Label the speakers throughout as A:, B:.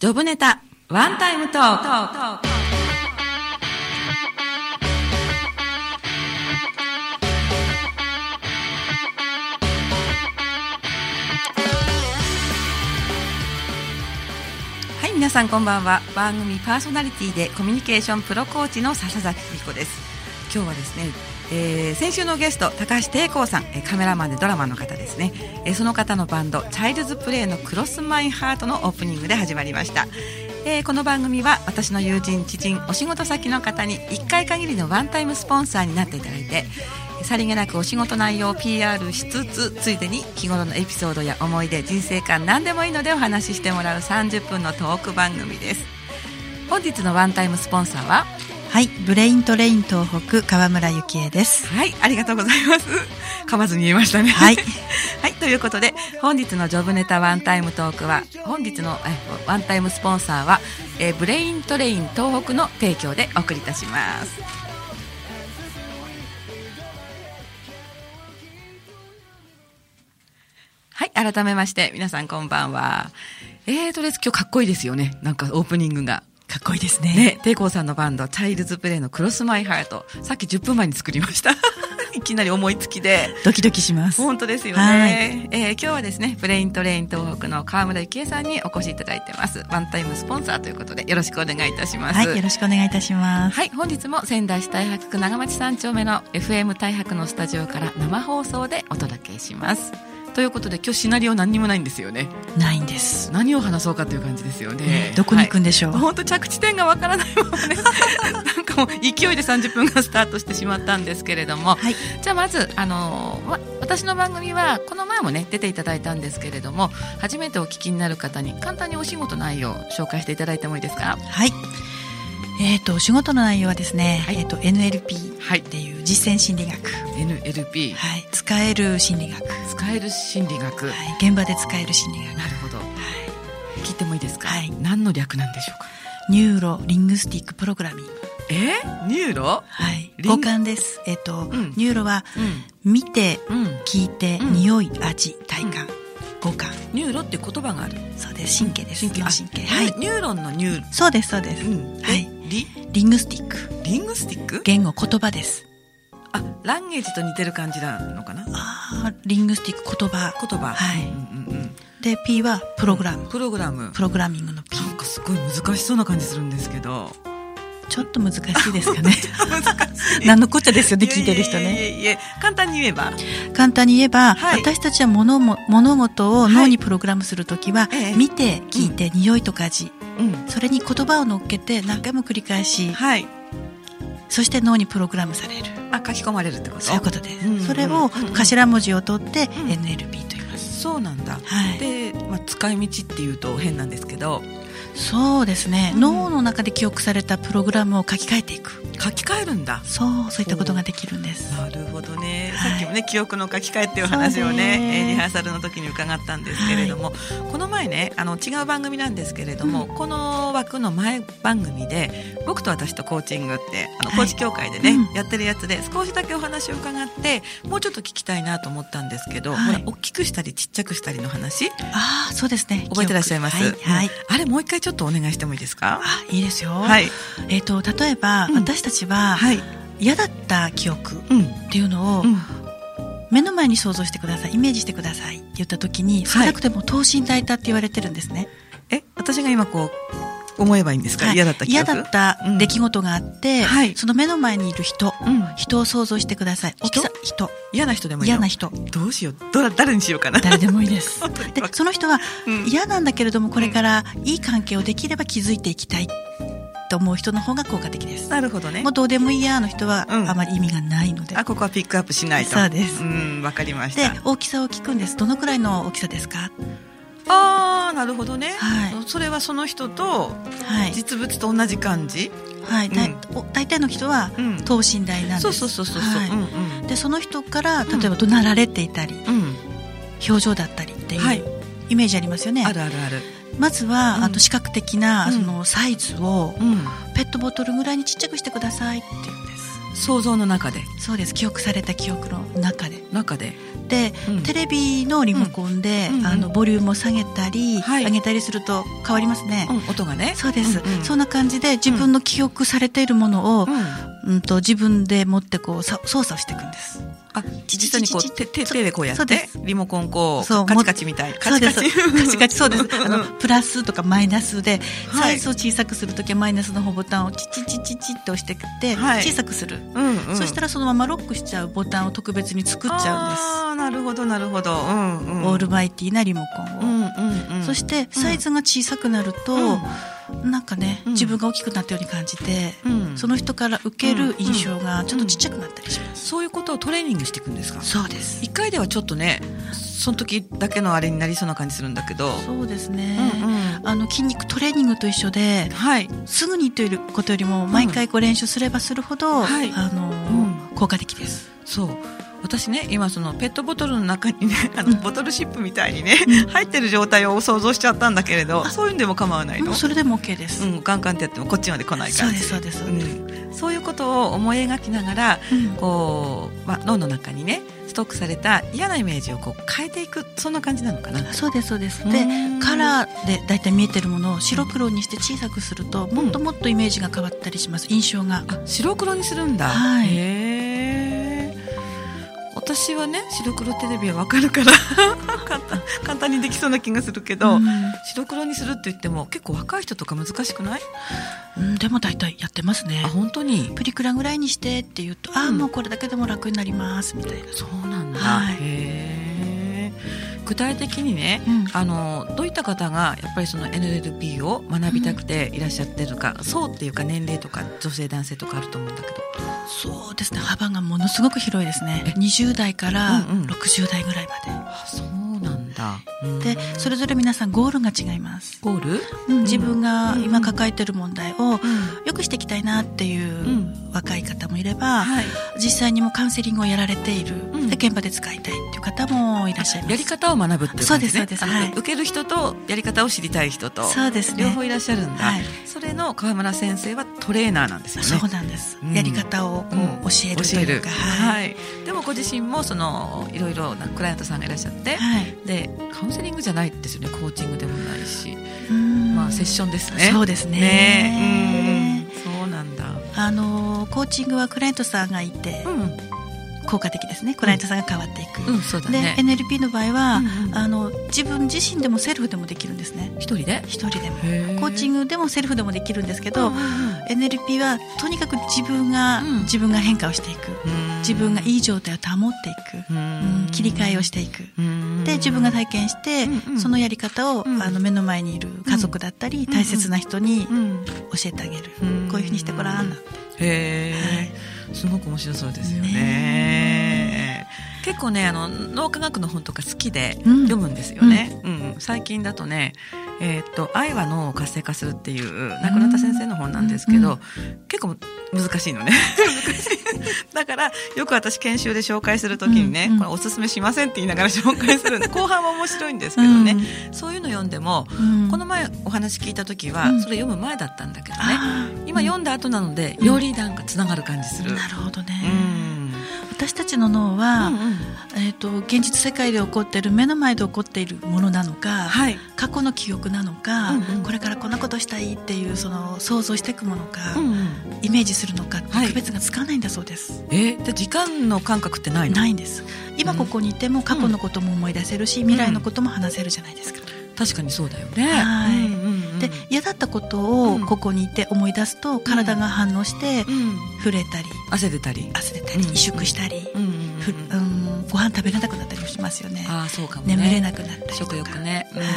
A: ジョブネタ、ワンタイムトーク。はい、皆さんこんばんは。番組パーソナリティでコミュニケーションプロコーチの笹崎彦です。今日はですね、えー先週のゲスト高橋貞光さん、えーカメラマンでドラマの方ですね。えーその方のバンドチャイルズプレイのクロスマイハートのオープニングで始まりました。えーこの番組は私の友人、知人、お仕事先の方に1回限りのワンタイムスポンサーになっていただいて、さりげなくお仕事内容を PR しつつついでに日頃のエピソードや思い出人生観何でもいいのでお話ししてもらう30分のトーク番組です本日のワンタイムスポンサーは
B: はい、ブレイントレイン東北川村幸恵です。
A: はいありがとうございます噛まずに言えましたね
B: はい
A: はいということで本日のジョブネタワンタイムトークは本日のえワンタイムスポンサーは、えーブレイントレイン東北の提供でお送りいたしますはい、改めまして、皆さんこんばんは。えーとです、今日かっこいいですよね。なんかオープニングが。かっこいいですね。ね、テイコーさんのバンド、チャイルズプレイのクロスマイハート。さっき10分前に作りました。 いきなり思いつきで。
B: ドキドキします。
A: 本当ですよね。
B: はい
A: えー今日はですね、ブレイントレイン東北の河村幸恵さんにお越しいただいてます。ワンタイムスポンサーということで、よろしくお願いいたします。
B: はい、よろしくお願いいたします。
A: はい、本日も仙台市太白区長町三丁目の FM 太白のスタジオから生放送でお届けします。ということで今日シナリオ何にもないんですよね。
B: ないんです。
A: 何を話そうかという感じですよね。
B: どこに行くんでしょう。
A: 本当着地点がわからない もんね。なんかもう勢いで30分がスタートしてしまったんですけれども、
B: はい、
A: じゃあまず、あのわ私の番組はこの前もね出ていただいたんですけれども初めてお聞きになる方に簡単にお仕事内容を紹介していただいてもいいですか
B: はい。えっ、と、お仕事の内容はですね、
A: はい
B: えっ、と、NLP
A: はい
B: っていう実践心理学。
A: NLP
B: はい、使える心理学。は
A: 使える心理学、
B: い、現場で使える心理学。
A: なるほど聞いてもいいですか、
B: はい
A: 何の略なんでしょうか
B: ニューロリングスティックプログラミング。
A: えーニューロ
B: はい、
A: リン
B: 五感です。えっ、と、
A: ん
B: ニューロは
A: う
B: 見て、
A: ん、
B: 聞いて、
A: うん
B: 匂い、味、体感、五感。
A: ニューロって言葉がある
B: そうです。神経です。
A: 神経
B: 脳神経。
A: は
B: はいい。
A: ニューロンのニュー
B: そうです、そうです。
A: ロン、うん
B: はい
A: えリ
B: リングスティック。
A: リングスティック
B: 言語、言葉です。
A: あランゲージと似てる感じなのかな
B: あーリングスティック、言葉。
A: 言葉
B: は
A: う
B: い
A: んうんうん
B: で、P はプログラム。
A: プログラム
B: プログラミングの P。
A: なんかすごい難しそうな感じするんですけど
B: ちょっと難しいですかね。
A: 難し
B: 何のこっちゃですよね、聞いてる人
A: い
B: ね。
A: えいえいえいえ簡単に言えば
B: 簡単に言えば、
A: はい
B: 私たちは物も物事を脳にプログラムするときは、
A: ええ
B: 見て、聞いて、匂いとか味。
A: うん
B: それに言葉を乗っけて何回も繰り返し、
A: はい
B: そして脳にプログラムされる。
A: あ書き込まれるってこと
B: そういうことです。
A: うん
B: それ
A: う
B: を
A: ん
B: 頭文字を取っ
A: う
B: て、
A: ん
B: NLP と言います。
A: そうなんだ
B: はい。
A: で、まあ、使い道っていうと変なんですけど
B: そうですね、
A: うん
B: 脳の中で記憶されたプログラムを書き換えていく
A: 書き換えるんだ
B: そうそういったことができるんです
A: なるほどね、
B: はい
A: さっきもね記憶の書き換えっていう話をね
B: そうね
A: えーリハーサルの時に伺ったんですけれども、この前ねあの違う番組なんですけれども、この枠の前番組で僕と私とコーチングってあの
B: はい
A: コーチ協会でね、
B: うん
A: やってるやつで少しだけお話を伺ってもうちょっと聞きたいなと思ったんですけど、
B: はい
A: ほら大きくしたりちっちゃくしたりの話
B: ああそうですね
A: 覚えてらっしゃいます、
B: 記憶はい、はい
A: うんあれもう一回ちょっとお願いしてもいいですか
B: あいいですよ、
A: はい
B: えっと例えば、
A: うん
B: 私たちは、
A: はい
B: 嫌だった記憶っ
A: うん
B: ていうのを、
A: うん
B: 目の前に想像してくださいイメージしてくださいって言った時に
A: は
B: 少
A: い
B: なくとも等身大だって言われてるんですね、
A: え私が今こう思えばいいんですか、
B: はい
A: 嫌だった記
B: 嫌
A: 憶
B: だった出来事があって、
A: んはい
B: その目の前にいる人、
A: うん
B: 人を想像してください大きさ人
A: 嫌な人でもいいよ
B: 嫌な人
A: どうしようどら誰にしようかな
B: 誰でもいいです
A: 本当に
B: でその人は
A: うん
B: 嫌なんだけれどもこれからいい関係をできれば築いていきたいと思う人の方が効果的です。
A: なるほどね
B: もうどうでもいいやの人は
A: うん
B: あまり意味がないので。
A: あここはピックアップしないと
B: そうです
A: うんわかりまし
B: で
A: た
B: 大きさを聞くんです。どのくらいの大きさですか。
A: ああなるほどね、
B: はい
A: それはその人と
B: はい
A: 実物と同じ感じ、
B: はい。だい
A: うん
B: お大体の人は
A: うん
B: 等身大なんです。
A: そうそうそうそうそう、
B: はい
A: うん
B: でその人から例えば怒鳴られていたり、
A: うんうん
B: 表情だったりって
A: はいいう
B: イメージありますよね。
A: あるあるある
B: まずは、
A: うん
B: あと視覚的な、
A: うん
B: そのサイズを
A: うん
B: ペットボトルぐらいにちっちゃくしてくださいって言うんです。
A: 想像の中で
B: そうです記憶された記憶の中で
A: 中で
B: て、
A: うん
B: テレビのリモコンで、
A: うんうん
B: あのボリュームを下げたり、
A: はい
B: 上げたりすると変わりますね、
A: うん、音がね。
B: そうです、
A: うんうん
B: そんな感じで自分の記憶されているものを、
A: うん
B: うん、と自分で持ってこうさ操作していくんです
A: あ、実際にこ
B: ち
A: う、
B: ち
A: 手、手手でこうや
B: そ
A: っ
B: うで
A: て
B: す、
A: リモコンこう、
B: そう
A: カチカチみたい。カチカチ。
B: そうです。カチカチ、そうです。あ
A: うん
B: の、プラスとかマイナスで、
A: はい
B: サイズを小さくするときはマイナスの方ボタンをチチチチチって押してくって、
A: はい
B: 小さくする。
A: うん、うん。
B: そしたらそのままロックしちゃうボタンを特別に作っちゃうんです。
A: ああ、なるほど、なるほど。うん、うん。
B: オールマイティーなリモコ
A: う
B: ンを。
A: ん、うん、うん。
B: そして、サイズが小さくなると、なんかね、
A: うん
B: 自分が大きくなったように感じて、
A: うん、うん
B: その人から受ける印象がちょっとちっちゃくなったりします。
A: そういうことをトレーニングしていくんですか
B: そうです。
A: 一回ではちょっとね、その時だけのあれになりそうな感じするんだけど。
B: そうです
A: うん
B: ね。
A: う
B: あの、筋肉トレーニングと一緒で
A: ん。、はい。
B: すぐにということよりも毎回こう練習すればするほど、
A: はい
B: あのー
A: う
B: 効果的です。
A: そう私ね今そのペットボトルの中にねあ
B: う
A: の
B: ん
A: ボトルシップみたいにね、
B: うん
A: 入ってる状態を想像しちゃったんだけれどそういうんでも構わない
B: も
A: の
B: うそれでも OK です。
A: う、ん、ガンガンってやってもこっちまで来ない
B: そ
A: 感
B: う
A: じ
B: ですそうです。
A: うんそういうことを思い描きながら
B: うん
A: こう、まあ、脳の中にねストックされた嫌なイメージをこう変えていくそんな感じなのかな
B: そうですそうです。
A: う
B: で
A: ん
B: カラーでだいたい見えてるものを白黒にして小さくすると、もっともっとイメージが変わったりします印象が。
A: あ白黒にするんだ、
B: はい
A: へー私はね白黒テレビはわかるから 簡単簡単にできそうな気がするけど、
B: うん
A: 白黒にするって言っても結構若い人とか難しくない
B: うん、でもだいたいやってますね
A: あ。本当に
B: プリクラぐらいにしてって言うと、ああ
A: うん
B: もうこれだけでも楽になりますみたいな。
A: そうなんだ、
B: はい
A: へえ具体的にね
B: うん
A: あのどういった方がやっぱりその NLP を学びたくていらっしゃってるか、そうっていうか年齢とか女性男性とかあると思うんだけど
B: そうですね幅がものすごく広いですね
A: え。
B: 20代から
A: うんうん
B: 60代ぐらいまで。
A: あそうなんだ
B: でそれぞれ皆さんゴールが違います、
A: ゴール、
B: うん自分が
A: うん
B: 今抱えてる問題を
A: うん
B: 良くしていきたいなっていう若い方もいれば、
A: はい、
B: 実際にもうカウンセリングをやられている、
A: ん
B: で現場で使いたいっていう方もいらっしゃいます
A: やり方を学ぶっていう感じ、ね、
B: そうですそうです
A: あの
B: はい
A: 受ける人とやり方を知りたい人と
B: そうですね
A: 両方いらっしゃるんだ、
B: はい
A: それの川村先生はトレーナーなんですよね
B: そうなんです、
A: うん
B: やり方をこう
A: うん
B: 教えると
A: 教え
B: い
A: る
B: うか、、
A: はいい、でもご自身もそのいろいろなクライアントさんがいらっしゃって、
B: はい
A: でカウンセリングじゃないですよねコーチングでもないし、
B: うん
A: まあセッションですね
B: そうですね
A: ねえうんうんそうなんだ
B: あのコーチングはクライアントさんがいて
A: う
B: 効果的ですねクライアントさんが変わっていく、
A: ん、うん、そうだ
B: で
A: ね
B: NLP の場合は、
A: うんうん
B: あの自分自身でもセルフでもできるんですね
A: 一人で
B: 一人でも
A: コ
B: コーチングでもセルフでもできるんですけ
A: と、
B: ど、NLP はとにかく自分が、
A: うん
B: 自分が変化をしていく自分がいい状態を保っていく、うん切り替えをしていくで自分が体験して、
A: うんうん
B: そのやり方を、
A: うん
B: あの目の前にいる家族だったり、
A: ん
B: 大切な人に教
A: うん
B: えてあげる、
A: うん
B: こういうふうにしてごらんなんて、
A: へ
B: は
A: え、すごく面白そうですよね。
B: ね
A: 結構ねあの脳科学の本とか好きで
B: うん
A: 読むんですよね。うん最近だとね、えーっと愛は脳を活性化するっていう亡くなった先生の本なんですけど、結構難しいのね。 難しいだからよく私研修で紹介するときにね、
B: うんうん
A: これおすすめしませんって言いながら紹介する んで後半は面白いんですけどね、
B: う
A: そういうの読んでも。
B: うん
A: この前お話聞いた時は、
B: うん
A: それ読む前だったんだけどね、
B: あー
A: 今読んだ後なので、
B: うん
A: よりなんかつながる感じする。
B: なるほどね、
A: うん
B: 私たちの脳は、えー、と現実世界で起こっている目の前で起こっているものなのか、
A: はい。
B: 過去の記憶なのか、
A: うんうん
B: これからこんなことしたいっていうその想像していくものか、
A: うん
B: イメージするのかって
A: はい
B: 区別がつかないんだそうです、
A: えー、じゃあ時間の感覚ってないの？
B: ないんです今ここにいても過去のことも思い出せるし、未来のことも話せるじゃないですか、
A: 確かにそうだよね。
B: はい
A: うんうんうん
B: で嫌だったこと
A: う
B: を
A: ん
B: ここにいて思い出すと体が反応して
A: うん
B: 震えたり
A: 汗出たり。
B: 汗出たり
A: うん
B: 萎縮したり、
A: うんうんうん
B: ふうんご飯食べれなくなったりもしますよね
A: ああそうかもね。
B: 眠れなくなったりとか
A: 食欲ね。うん
B: はい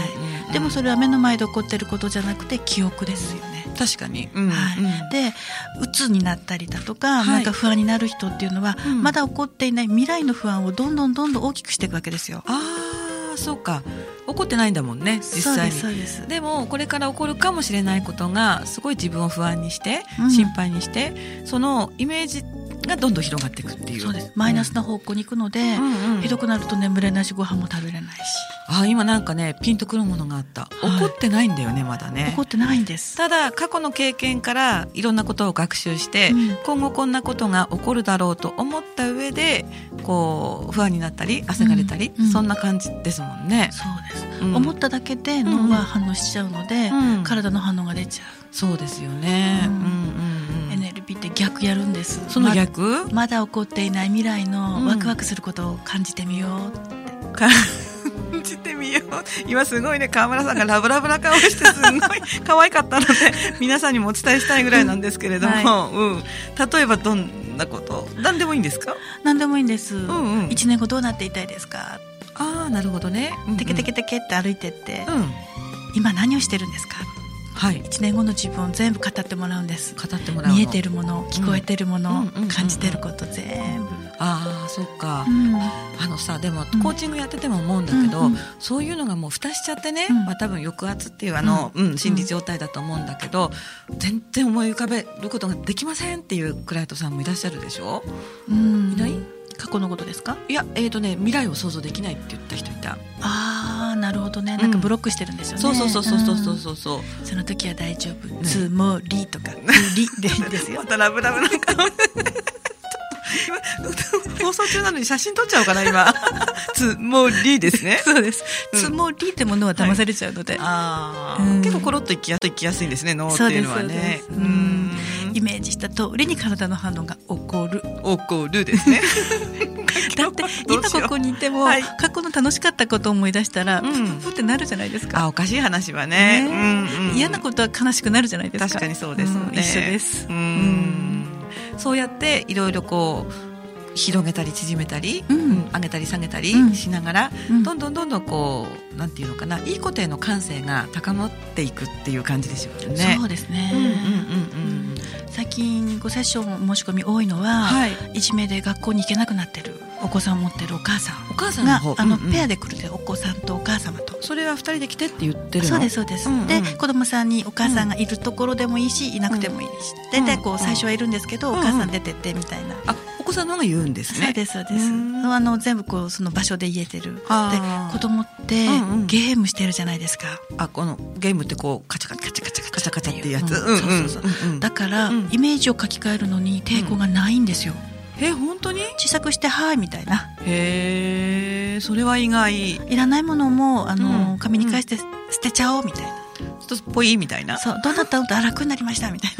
A: うん
B: でもそれは目の前で起こってることじゃなくて記憶ですよね
A: 確かに。うん
B: はい
A: うん、
B: で鬱になったりだとか、
A: はい
B: なんか不安になる人っていうのは、
A: うん
B: まだ起こっていない未来の不安をどんどんどんどん大きくしていくわけですよ。
A: ああそうか。怒ってないんだもんね実際に。
B: そうですそうです
A: でもこれから起こるかもしれないことがすごい自分を不安にして
B: うん
A: 心配にして、そのイメージがどんどん広がっていくっていう
B: そうですマイナスな方向に行くので、
A: んうん
B: ひどくなると眠れないしご飯も食べれないし、
A: あ今なんかねピンとくるものがあった
B: い
A: 怒ってないんだよねまだね
B: 怒ってないんです
A: ただ過去の経験からいろんなことを学習して、
B: うん
A: 今後こんなことが起こるだろうと思った上でこう不安になったり焦がれたり、
B: うんうん
A: そんな感じですもんね。
B: そうです、
A: うん
B: 思っただけで脳が反応しちゃうので、
A: うん
B: 体の反応が出ちゃう、
A: そうですよね。う
B: うんん
A: うんうん
B: NLP って逆やるんです
A: その
B: ま
A: 逆、
B: まだ起こっていない未来
A: うん
B: のワクワクすることを感じてみよう、
A: 感じてみよう今すごいね川村さんがラブラブな顔してすんごい可愛かったので皆さんにもお伝えしたいぐらいなんですけれども、
B: うんは
A: うん、例えばどんなこと何でもいいんですか、
B: 何でもいいんです、
A: んうん
B: 1年後どうなっていたいですか
A: ああなるほどね。
B: テケテ
A: ケ、
B: ケテケって歩いてって、
A: うん、
B: 今何をしてるんですか
A: はい
B: 1年後の自分を全部語ってもらうんです
A: 語ってもらうの
B: 見えてるもの聞こえてるもの、
A: うんうんうん
B: 感じてること全部、
A: ああそっか、あのさでも
B: うん
A: コーチングやってても思うんだけど、
B: うんうん
A: そういうのがもう蓋しちゃってね、
B: うん
A: まあ、多分抑圧っていうあの、うん心理状態だと思うんだけど全然思い浮かべることができませんっていうクライアントさんもいらっしゃるでしょ
B: うん
A: いない
B: 過去のことですか
A: いやえーとね未来を想像できないって言った人いた、
B: ああなるほどねなんかブロックしてるんですよね、
A: そうそうそうそうそうそうんそうそう
B: その時は大丈夫、つもりとか つりでいいんですよ
A: またラブラブな顔ちょっと今放送中なのに写真撮っちゃおうかな 今つもりですね
B: そうです、
A: うん
B: つもりってものは騙されちゃうので、
A: あ
B: うん
A: ー結構コロッといきやいきやすいんですね脳っていうのはね
B: そうですそうですうんイメージした通りに体の反応が起こ る
A: 怒るですね
B: だって
A: ど
B: 今
A: うしよう
B: ここにいても、
A: はい
B: 過去の楽しかったことを思い出したら、
A: う
B: ふ
A: ん
B: ふふってなるじゃないですか、
A: あおかしい話はねうんうん
B: 嫌なことは悲しくなるじゃないですか
A: 確かにそうですよね、
B: ん一緒です
A: うんそうやっていろいろこう広げたり縮めたり、
B: うん
A: うん上げたり下げた
B: う
A: り
B: ん
A: しながら、
B: うん
A: どんどんどんどんこうなんていうのかないいことへの感性が高まっていくっていう感じですよね
B: そうですね、
A: うんうんうんうん
B: 最近ごセッション申し込み多いのは、
A: はい
B: い、じめで学校に行けなくなってるお子さんを持ってるお母さん
A: お母さんの
B: が
A: 方
B: あの
A: うんうん
B: ペアで来るでお子さんとお母様と。
A: それは二人で来てって言ってるの
B: そうですそうです、
A: うんうん
B: で子供さんにお母さんがいるところでもいいしいなくてもいいし、
A: う
B: 大
A: ん
B: 体こう最初はいるんですけど、
A: うん
B: お母さん出てってみたいな、
A: あお子さんの方が言うんですね
B: そうですそうです
A: うん
B: あの全部こうその場所で言えてるで
A: あー
B: 子供って
A: うんうん
B: ゲームしてるじゃないですか、
A: あこのゲームってこうカチャカチャカチャカチャカチャカチャっていうやつ、
B: うん
A: んん
B: そう
A: う
B: そ
A: んうん
B: だから、
A: うん
B: イメージを書き換えるのに抵抗がないんですよ、
A: え本当に
B: 小さくして「はい」みたいな
A: へえそれは意外ち
B: いらないものもあの、
A: うん
B: 紙に返して捨てちゃおうみたいな、
A: ょっとぽいみたいな
B: そうどうなったのあ楽になりましたみたい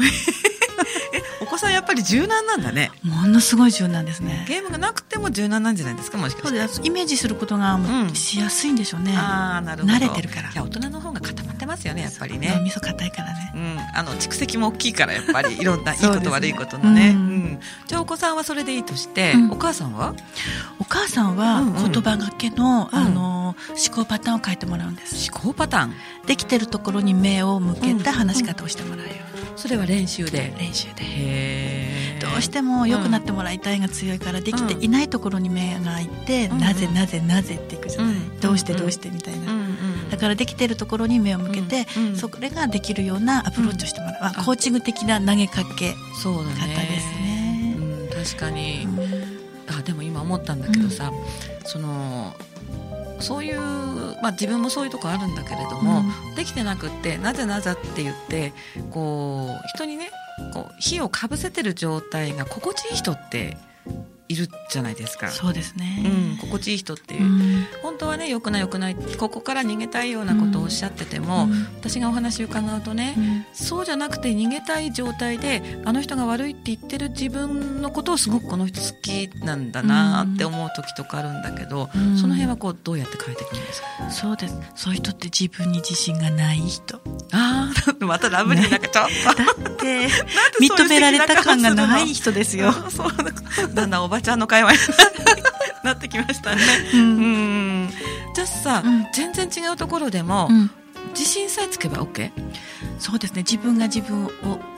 A: お子さんやっぱり柔軟なんだね
B: なものすごい柔軟ですね
A: ゲームがなくても柔軟なんじゃないですかもしか
B: そう
A: して
B: ですイメージすることがもう
A: うん
B: しやすいんでしょうね、
A: ああなるほど
B: 慣れてるから
A: いや大人の方が固まってますよねやっぱり
B: 脳
A: ね
B: みそ硬いからね
A: うん、あの蓄積も大きいからやっぱ りいろんないい
B: そう
A: こ
B: で
A: と
B: すね
A: 悪いことのね、う
B: うん
A: ん、じゃあお子さんはそれでいいとして、
B: うん
A: お母さんは
B: お母さんは
A: うんうん
B: 言葉がけの,、
A: うん
B: あの思考パターンを変えてもらうんです
A: 思考パターン
B: できてるところに目を向けた話し方をしてもらうよ
A: それは練習
B: うに、
A: で
B: 練習で
A: へえ
B: どうしても良くなってもらいたいが強いからできていないところに目がいって、
A: うん
B: なぜなぜなぜっていくじゃない、
A: うん
B: どうしてどうしてみたいな、だからできてるところに目を向けて、
A: うんうん
B: それができるようなアプローチをしてもらう、まあコーチング的な投げかけ、
A: そうだね
B: 方ですね
A: うん、確かに、
B: うん
A: あでも今思ったんだけどさ、そのそういう、まあ、自分もそういうとこあるんだけれども、できてなくってなぜなぜって言ってこう人にねこう火をかぶせてる状態が心地いい人っているじゃないですか。
B: そうですね、
A: うん、心地いい人っていう、
B: うん
A: 本当はね良くない良くないここから逃げたいようなことをおっしゃってても、私がお話伺うとね、
B: うん
A: そうじゃなくて逃げたい状態であの人が悪いって言ってる自分のことをすごくこの人好きなんだなって思う時とかあるんだけど、
B: うん
A: その辺はこうどうやって変えていくんですか
B: そうですそういう人って自分に自信がない人
A: ああまたラブリーなんかちょっと
B: だっ
A: でそういう
B: て 認められた感がない人ですよ、
A: そうだんだんおばちゃんの会話になってきましたね。
B: う
A: うんんじゃあさ、
B: うん
A: 全然違うところでも、
B: うん
A: 自信さえつけば OK?
B: そうですね自分が自分を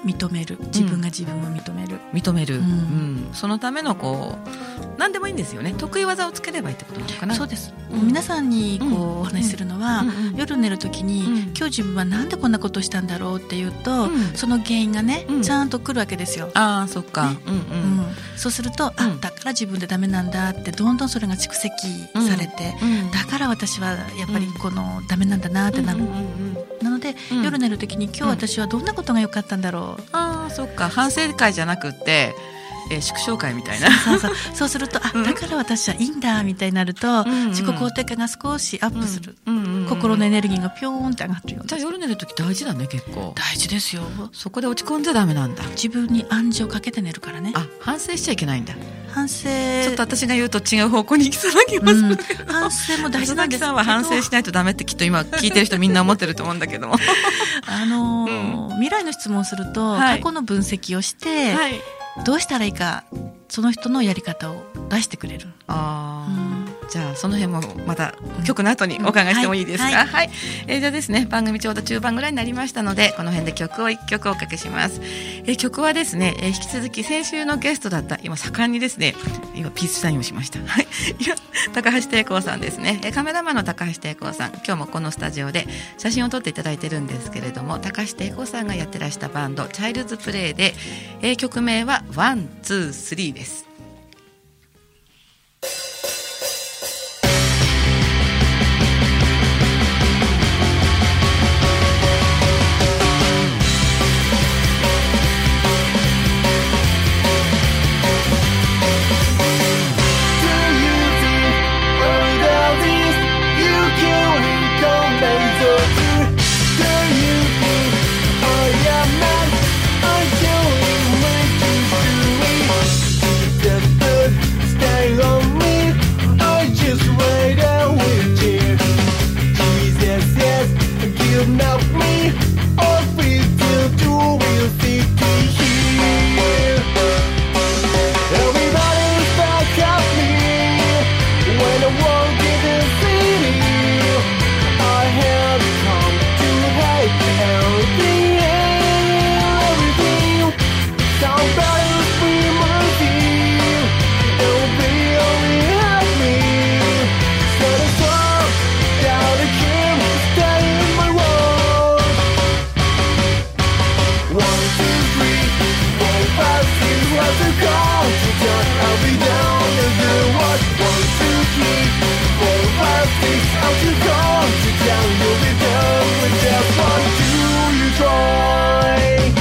B: 認める自分が自分を認める、
A: 認める、う
B: うんん
A: そのためのこう何でもいいんですよね得意技をつければいいってことなのかな
B: そうです、
A: うん
B: 皆さんにこう、
A: うん
B: お話しするのは、
A: うんうん
B: 夜寝る時に、
A: うん
B: 今日自分はなんでこんなことをしたんだろうっていうと、
A: うん
B: その原因がね、
A: うん
B: ちゃんと来るわけですよ、
A: ああそっか、
B: ね
A: うんう
B: うんんそうすると、
A: うん
B: あだから自分でダメなんだってどんどんそれが蓄積されて、
A: うん
B: だから私はやっぱりこのダメなんだなってなる、
A: うんうんうんうん
B: なので、
A: うん
B: 夜寝る時に今日私はどんなことが良かったんだろう、
A: ああそっか反省会じゃなくって、えー、祝勝会みたいな
B: そうそう そうそうするとあ、
A: うん
B: だから私はいいんだみたいになると、
A: うんうん
B: 自己肯定感が少しアップする、
A: うんうんうんうん
B: 心のエネルギーがピョーンって上がってるよう
A: じゃ
B: な
A: あ夜寝る時大事だね結構
B: 大事ですよ
A: そこで落ち込んじゃダメなんだ
B: 自分に暗示をかけて寝るからね
A: あ反省しちゃいけないんだ、
B: 反省
A: ちょっと私が言うと違う方向に行きそうな気も
B: う
A: する、
B: ん、反省も大事なんですけど
A: さんは反省しないとダメってきっと今聞いてる人みんな思ってると思うんだけども
B: あのー未来の質問をすると、
A: はい
B: 過去の分析をして、
A: い
B: どうしたらいいかその人のやり方を出してくれる
A: あーじゃあその辺もまた
B: うん
A: 曲の後にお伺いしてもいいですか、
B: うん
A: は、
B: はい
A: えーじゃあですね番組ちょうど中盤ぐらいになりましたのでこの辺で曲を一曲おかけします、えー曲はですね、えー引き続き先週のゲストだった今盛んにですね今ピースサインをしましたはい いや高橋貞子さんですねえーカメラマンの高橋貞子さん今日もこのスタジオで写真を撮っていただいてるんですけれども高橋貞子さんがやってらしたバンドチャイルズプレイで、えー曲名は「ワンツースリーです
C: Thank you Everybody's back at me When I walk in the city I have come to hate everything Everything Somebody's free mercy It'll be only at me Set us up Down the king Stay in my world one, two, three, four, five, six, what to call to turn I'll be down and do what? One, two, three, four, five, six, how to call to down You'll be down with that one, two, you try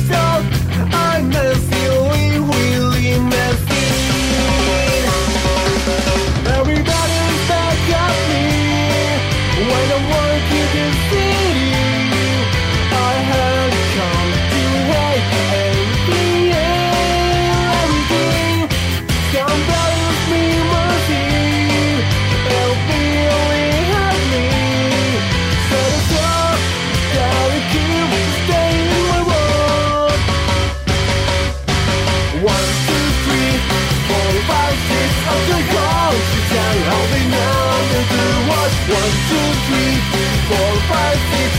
C: I'm a silly, willy, messy. Everybody's back at me When I work in the city I have come to hate everything Everything Come back with me, mercy It'll be only at me Set us up That we keep stay in my world one, two, three, four, five, six. Up the couch, down, I'll be numb into what? One, two, three, four,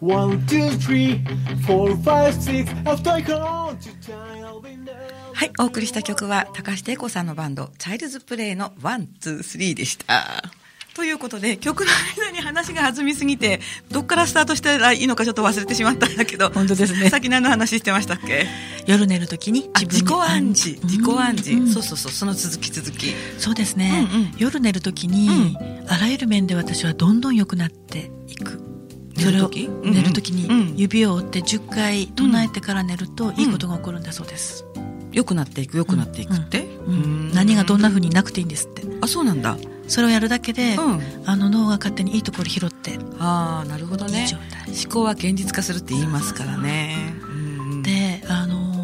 C: two, three, four, five, six. After I call to time, I'll be now.
A: はい、お送りした曲は高橋恵子さんのバンド、チャイルズプレイのワン、ツー、スリーでした。ということで、曲の間に話が弾みすぎて、どっからスタートしたらいいのかちょっと忘れてしまったんだけど、
B: 本当ですね
A: さっき何の話してましたっけ
B: 夜寝るときに
A: あ
B: 自分
A: 自己暗示、
B: うん
A: 自己暗示、
B: うん
A: そうそうそう、その続き続き。
B: そうですね、
A: うんうん
B: 夜寝るときに、あらゆる面で私はどんどん良くなっていく
A: 寝る時
B: それを
A: うんうん
B: 寝るとき
A: うん
B: に指を折って10回唱えてから寝るといいことが起こるんだそうです、
A: 良くなっていく、良くなっていくって。
B: うん
A: う
B: 何がどんな風になくていいんですって
A: あ、そうなんだ。
B: それをやるだけで、
A: うん。
B: あの脳が勝手にいいところ拾っていい
A: ああ、なるほどね
B: 状。態
A: 思考は現実化するって言いますからね。うんうん、
B: で、あのー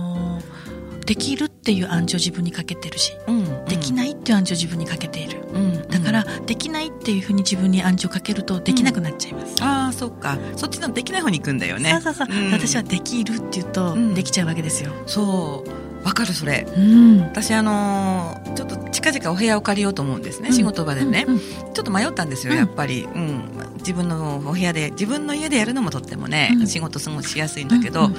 B: できるっていう暗示を自分にかけてるし
A: うん、
B: でき
A: い。
B: ないっていう暗示を自分にかけている
A: うん、
B: だから、できないっていうふうに自分に暗示をかけるとできなくなっちゃいます、
A: ああそっかそっちのできない方に行くんだよね
B: そうそうそう、
A: ん
B: 私はできるって言うと、
A: うん
B: できちゃうわけですよ、
A: そうわかるそれ
B: うん、
A: 私あのーちょっと近々お部屋を借りようと思うんですね、
B: うん
A: 仕事場でね、
B: うんうん
A: ちょっと迷ったんですよ
B: うん
A: やっぱり、うん、自分のお部屋で自分の家でやるのもとってもね、
B: うん
A: 仕事すごいしやすいんだけど、
B: うん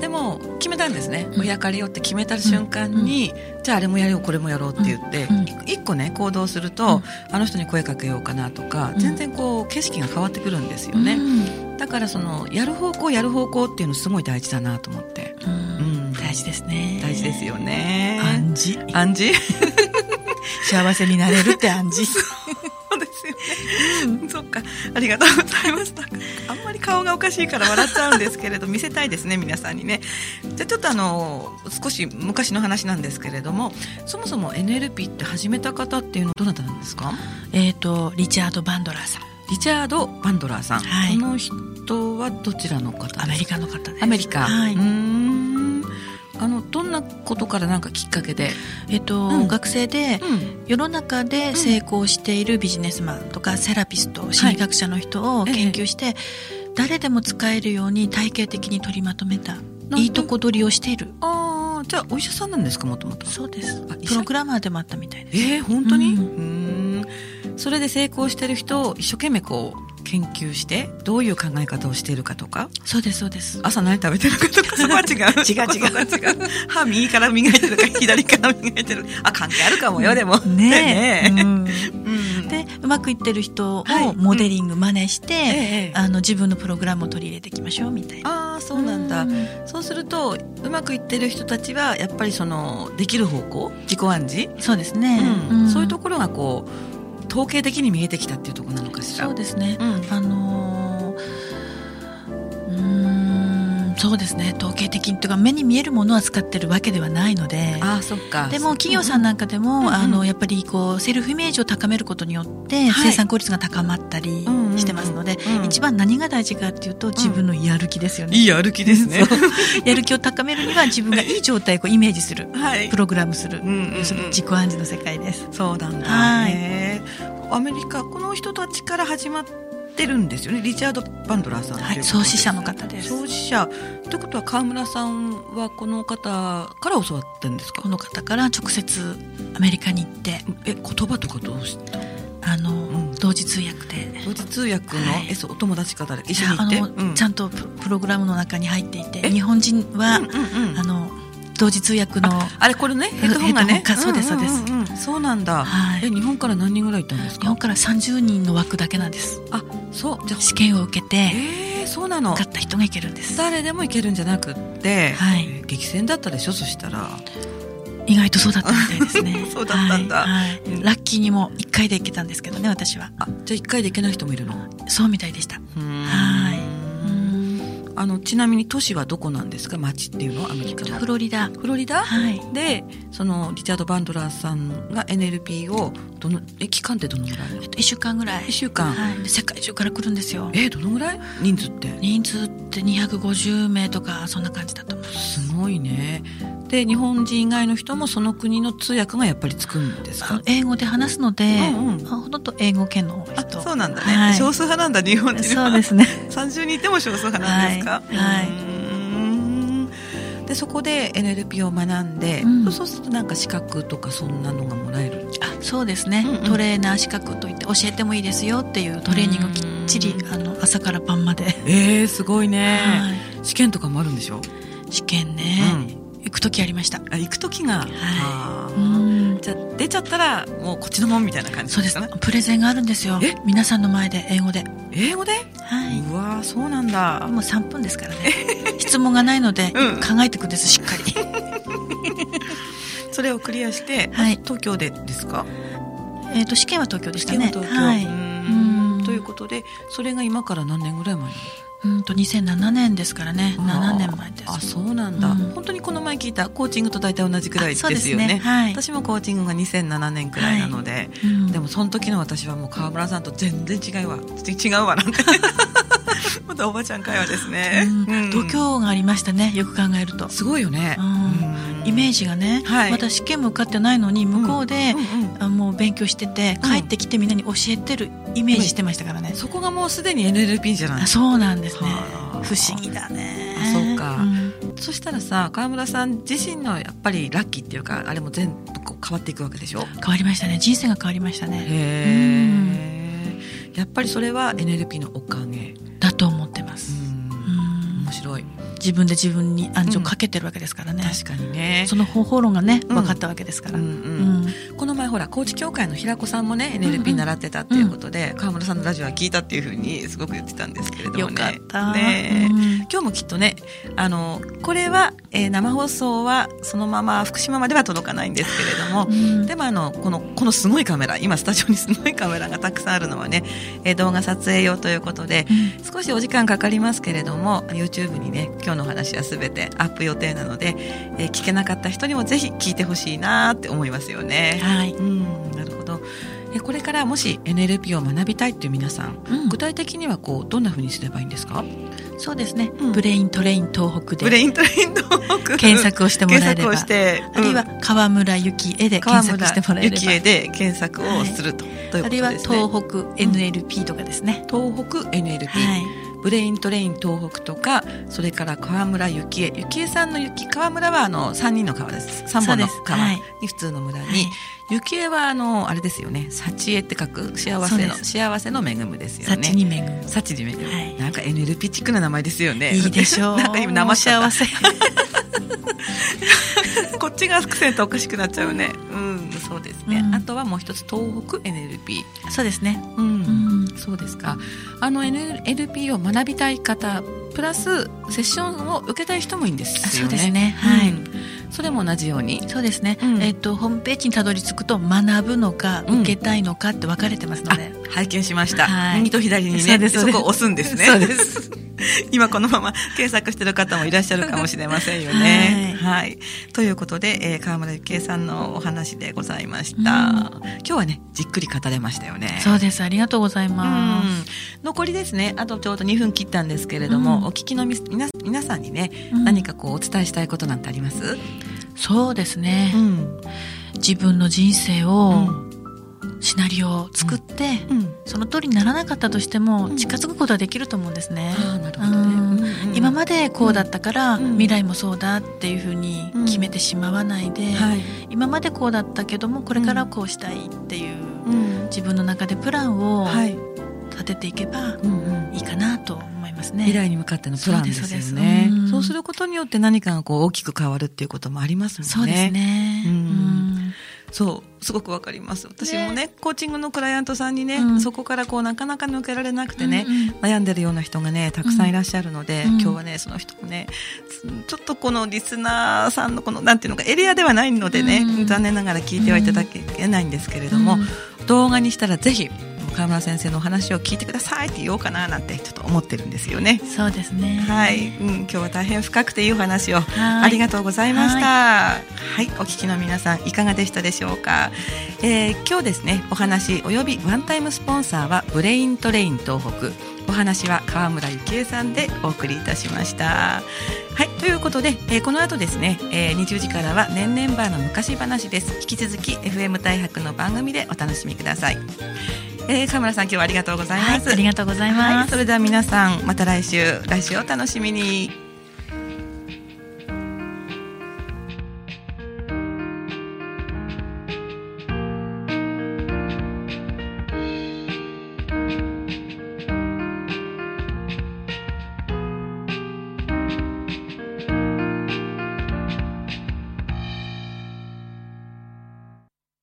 A: でも決めたんですね、
B: うん
A: お部屋借りようって決めた瞬間に、じゃああれもやろうこれもやろうって言って、
B: うん
A: 一個ね行動すると、あの人に声かけようかなとか
B: うん
A: 全然こう景色が変わってくるんですよ
B: うん
A: ね、だからそのやる方向やる方向っていうのすごい大事だなと思って
B: うん
A: うん
B: 大事ですね
A: 大事ですよね
B: 暗示
A: 暗示
B: 幸せになれるって暗示
A: そうですよね、そっかありがとうございましたあんまり顔がおかしいから笑っちゃうんですけ れど見せたいですね皆さんにねじゃあちょっとあの少し昔の話なんですけれどもそもそも NLP って始めた方っていうのはどなたなんですか
B: えっとリチャード・バンドラーさん
A: リチャード・バンドラーさん、
B: はい
A: この人はどちらの方ですか
B: アメリカの方です
A: アメリカ。
B: はいう
A: ーんあのどんなことからなんかきっかけで、
B: えっと、
A: うん
B: 学生で
A: うん、
B: 世の中で成功しているビジネスマンとかセラピスト心理学者の人を
A: ええ
B: 研究して、誰でも使えるように体系的に取りまとめた
A: と
B: いいとこ取りをしている
A: ああじゃあお医者さんなんですかもともと
B: そうです
A: あ医者
B: プログラマーでもあったみたいです
A: えー、本当に、う、
B: うん
A: んそれで成功してる人を一生懸命こう研究してどういう考え方をしているかとか
B: そうですそうです
A: 朝何食べてるかとかそこは 違う
B: 違う違う
A: そこは違う歯右から磨いて るか左から磨いてるあ関係あるかもよでも
B: ねえ、
A: ね
B: うん
A: うん
B: でうまくいってる人
A: はい
B: をモデリング真似して、
A: ええええ
B: あの自分のプログラムを取り入れていきましょうみたいな
A: ああそうなんだ、そうするとうまくいってる人たちはやっぱりそのできる方向自己暗示、
B: そうですね、
A: うんそういうと
B: こ
A: ころがこう統計的に見えてきたっていうところなのかしら
B: そうですね、
A: うん
B: あのーうーんそうですね統計的にというか目に見えるものは使ってるわけではないので
A: ああそっか
B: でも企業さんなんかでも、
A: うんうん
B: あのやっぱりこうセルフイメージを高めることによっ
A: は
B: て
A: い
B: 生産効率が高まったりしてますので、
A: うんうんうんうん
B: 一番何が大事かっていうと自分のやる気ですよね、
A: いい歩きです ね
B: やる気を高めるには自分がいい状態をこうイメージする
A: はい
B: プログラムする、
A: うんうんうん
B: それ自己暗示の世界です
A: そうなんだ
B: はい
A: ねアメリカこの人たちから始まってるんですよねリチャード・バンドラーさんってうこと
B: は
A: で
B: い、
A: すね
B: 創始者の方です
A: 創始者ということは川村さんはこの方から教わってるんですか
B: この方から直接アメリカに行って
A: え言葉とかどうした
B: あの、
A: うん
B: 同時通訳で
A: 同時通訳の、
B: はい
A: えそうお友達方で一緒に行って
B: あの、
A: う
B: ちゃんとププログラムの中に入っていて
A: え
B: 日本人は、
A: うんうんうん
B: あの同時通訳の
A: あれこれねヘッドホンがね
B: ヘッドホンかそうですそうです
A: んんんそうなんだ、
B: はい
A: え日本から何人ぐらいいたんです
B: 日本
A: か
B: から30人の枠だけなんです
A: あそうじゃあ
B: 試験を受けて
A: えー、そうなの
B: 受かった人が行けるんです
A: 誰でもいけるんじゃなくって、
B: はい
A: えー激戦だったでしょそしたら
B: 意外とそうだったみたいですね
A: そうだったんだ
B: はいはい
A: うん
B: ラッキーにも1回で行けたんですけどね私は
A: あじゃあ1回でいけない人もいるのは
B: そうみたいでしたはいうん
A: あのちなみに都市はどこなんですか町っていうのはアメリカの
B: フロリダ
A: フロリダ
B: はい
A: でそのリチャード・バンドラーさんが NLP をどのえ期間ってどのぐらい
B: えっと1週間ぐらい
A: 1週間、
B: はい、世界中から来るんですよ
A: えーどのぐらい人数って
B: 人数って250名とかそんな感じだと思う
A: すごいねで日本人以外の人もその国の通訳がやっぱりつくんです
B: あ
A: か
B: の英語で話すので、
A: うんうん
B: あほとんど英語圏の人
A: あそうなんだね、
B: はい
A: 少数派なんだ日本人
B: そ
A: は
B: うですね
A: 30人いても少数派なんですか、
B: はいはいう
A: ーんでそこで NLP を学んで、
B: うん
A: そうするとなんか資格とかそんなのがもらえる
B: あそうですね、
A: うんうん
B: トレーナー資格といって教えてもいいですよっていうトレーニングをきっちり
A: うん
B: あの朝から晩まで、
A: えー、すごいね、
B: は
A: 試験とかもあるんでしょ、
B: い試験ね、行く時ありました
A: あ行く時が、あー
B: うん
A: じゃあ出ちゃったらもうこっちのもんみたいな感じ
B: そうです
A: かな
B: プレゼンがあるんですよ
A: え
B: 皆さんの前で英語で
A: 英語で、
B: はい、
A: うわーそうなんだ
B: もう3分ですからね質問がないので、
A: うん
B: 考えていくんですしっかり
A: それをクリアして、
B: はい
A: 東京でですか
B: えっと試験は東京でしたね
A: 試験は東京、
B: はいう
A: ーん
B: うん
A: ということでそれが今から何年ぐらい前に
B: うんと2007年ですからね7年前です
A: あそうなんだ、
B: うん
A: 本当にこの前聞いたコーチングと大体同じくらい
B: あ
A: です
B: そ
A: よ
B: う
A: ね
B: ですねはい
A: 私もコーチングが2007年くらいなので、
B: うん
A: でもその時の私はもう川村さんと全然違いわち違うわなんて またおばちゃん会話ですね、
B: うん度胸がありましたねよく考えると
A: すごいよね、
B: うんイメージがね、
A: はい
B: 私試験も受かってないのに向こうで、
A: うんうん
B: あもう勉強してて
A: うん
B: 帰ってきてみんなに教えてるイメージしてましたからね、
A: そこがもうすでに NLP じゃない
B: あそうなんですね
A: はあ
B: 不思議だね
A: あそうか
B: ん
A: そしたらさ川村さん自身のやっぱりラッキーっていうかあれも全部こう変わっていくわけでしょ
B: 変わりましたね人生が変わりましたね
A: へえやっぱりそれは NLP のおかげ
B: だと思ってます、うん
A: 面白い
B: 自分で自分に暗示をかけてるわけですからね、
A: 確かにね
B: その方法論がね
A: うん
B: 分かったわけですから、
A: う
B: うんん
A: うんこの前ほら高知協会の平子さんもね NLP 習ってたっていうことで、川村さんのラジオは聞いたっていうふうにすごく言ってたんですけれどもね
B: よかった、
A: ねえ
B: うん
A: 今日もきっとねあのこれは、えー生放送はそのまま福島までは届かないんですけれども、
B: うん
A: でもあのこのこのすごいカメラ今スタジオにすごいカメラがたくさんあるのはね、えー動画撮影用ということで
B: うん
A: 少しお時間かかりますけれども YouTube にね今日のお話は全てアップ予定なので、えー聞けなかった人にもぜひ聞いてほしいなって思いますよね。
B: はい、
A: うんなるほどえこれからもし NLP を学びたいっていう皆さん
B: うん
A: 具体的にはこうどんなふうにすればいいんですか
B: そうですね、
A: うん
B: ブレイントレイン東北
A: ブレ
B: で
A: イントレイントーク
B: 検索をしてもらえれば
A: 検索をして、
B: あるいは
A: うん
B: 川村ゆきえで
A: 川
B: 検索
A: 村
B: してもらえ
A: ゆ
B: れば
A: きえで検索をすると、という
B: あ
A: こと
B: るいは
A: で
B: 東
A: す
B: 北
A: ね。
B: NLP とかですね、
A: 東北 NLP、
B: はい
A: ブレイントレイン東北とかそれから川村ゆきえゆきえさんのゆき川村はあの3人の川です3本の
B: そうです
A: 川
B: はい
A: に普通の村に、
B: はい
A: ゆきえはあのあれですよね幸恵って書く幸
B: そ
A: せ
B: うで
A: の
B: す
A: 幸せの恵むですよね
B: サッチにめぐ
A: 幸に恵む、
B: はい
A: なんか NLP チックな名前ですよね
B: いいでしょう
A: なんか今生
B: もう
A: 幸
B: 幸せ
A: こっちがアクセントおかしくなっちゃうねうんそうですね、
B: うん
A: あとはもう一つ東北 NLP
B: そうですね、
A: うん
B: うん
A: そうですか。あの NLP を学びたい方プラスセッションを受けたい人もいいんです
B: そ
A: よね。
B: うですねはい、
A: うんそれも同じように。
B: そうですね、
A: うん
B: えっ、とホームページにたどり着くと学ぶのか、
A: うん
B: 受けたいのかって分かれてますの
A: あ
B: で、
A: 拝見しました。
B: はい
A: 右と左にね
B: そうですそうです
A: こを押すんですね。。
B: そうです
A: 今このまま検索してる方もいらっしゃるかもしれませんよね。はい、ということで、えー川村ゆきえさんのお話でございました。
B: うん
A: 今日はねじっくり語れましたよね。
B: そうですありがとうござい
A: う
B: ま
A: ん残りですねあとちょうど2分切ったんですけれども、
B: うん
A: お聞きのみ皆皆さんにね、
B: うん
A: 何かこうお伝えしたいことなんてあります、
B: すそうですね、
A: ん
B: 自分の人生
A: う
B: を、
A: ん
B: シナリオを作って、
A: うん、
B: その通りにならなかったとして
A: う
B: も
A: ん
B: 近づくことはできると思うんですね。
A: ああなるほ
B: う
A: ど
B: ん
A: ね、うんうん
B: 今までこうだったから、
A: うん
B: 未来もそうだっていうふうに決めてしまわないで、
A: はい、
B: 今までこうだったけどもこれからこうしたいっていう、
A: うん
B: 自分の中でプランを
A: はい
B: 立てていけば
A: うんうん
B: いいかなと思いますね。
A: 未来に向かってのプランですよ
B: そうですそう
A: ね
B: で
A: そう
B: すうん
A: することによって何かがこう大きく変わるっていうこともありますもんね
B: そうですね。
A: うん
B: うん
A: そうすごくわかります私もねコーチングのクライアントさんにね、
B: うん
A: そこからこうなかなか抜けられなくてね、
B: うんうん
A: 悩んでるような人がねたくさんいらっしゃるので、
B: うん
A: 今日はねその人もねつちょっとこのリスナーさんのこのなんていうのかエリアではないのでね、
B: うん
A: 残念ながら聞いてはいただけないんですけれども、動画にしたらぜひ川村先生のお話を聞いてくださいって言おうかななんてちょっと思ってるんですよね。
B: そうですね。
A: はい、うん、今日は大変深くていいお話を
B: はい
A: ありがとうございました。はい、お聞きの皆さんいかがでしたでしょうか。えー今日ですね、お話およびワンタイムスポンサーはブレイントレイン東北。お話は川村ゆきえさんでお送りいたしました。はい、ということで、えーこの後ですね、えー20時からは年々バーの昔話です。引き続き FM 大白の番組でお楽しみください。えー、川村さん今日はありがとうござい
B: は
A: ま
B: い
A: す。
B: ありがとうございます。
A: はい、それでは皆さんまた来週来週お楽しみに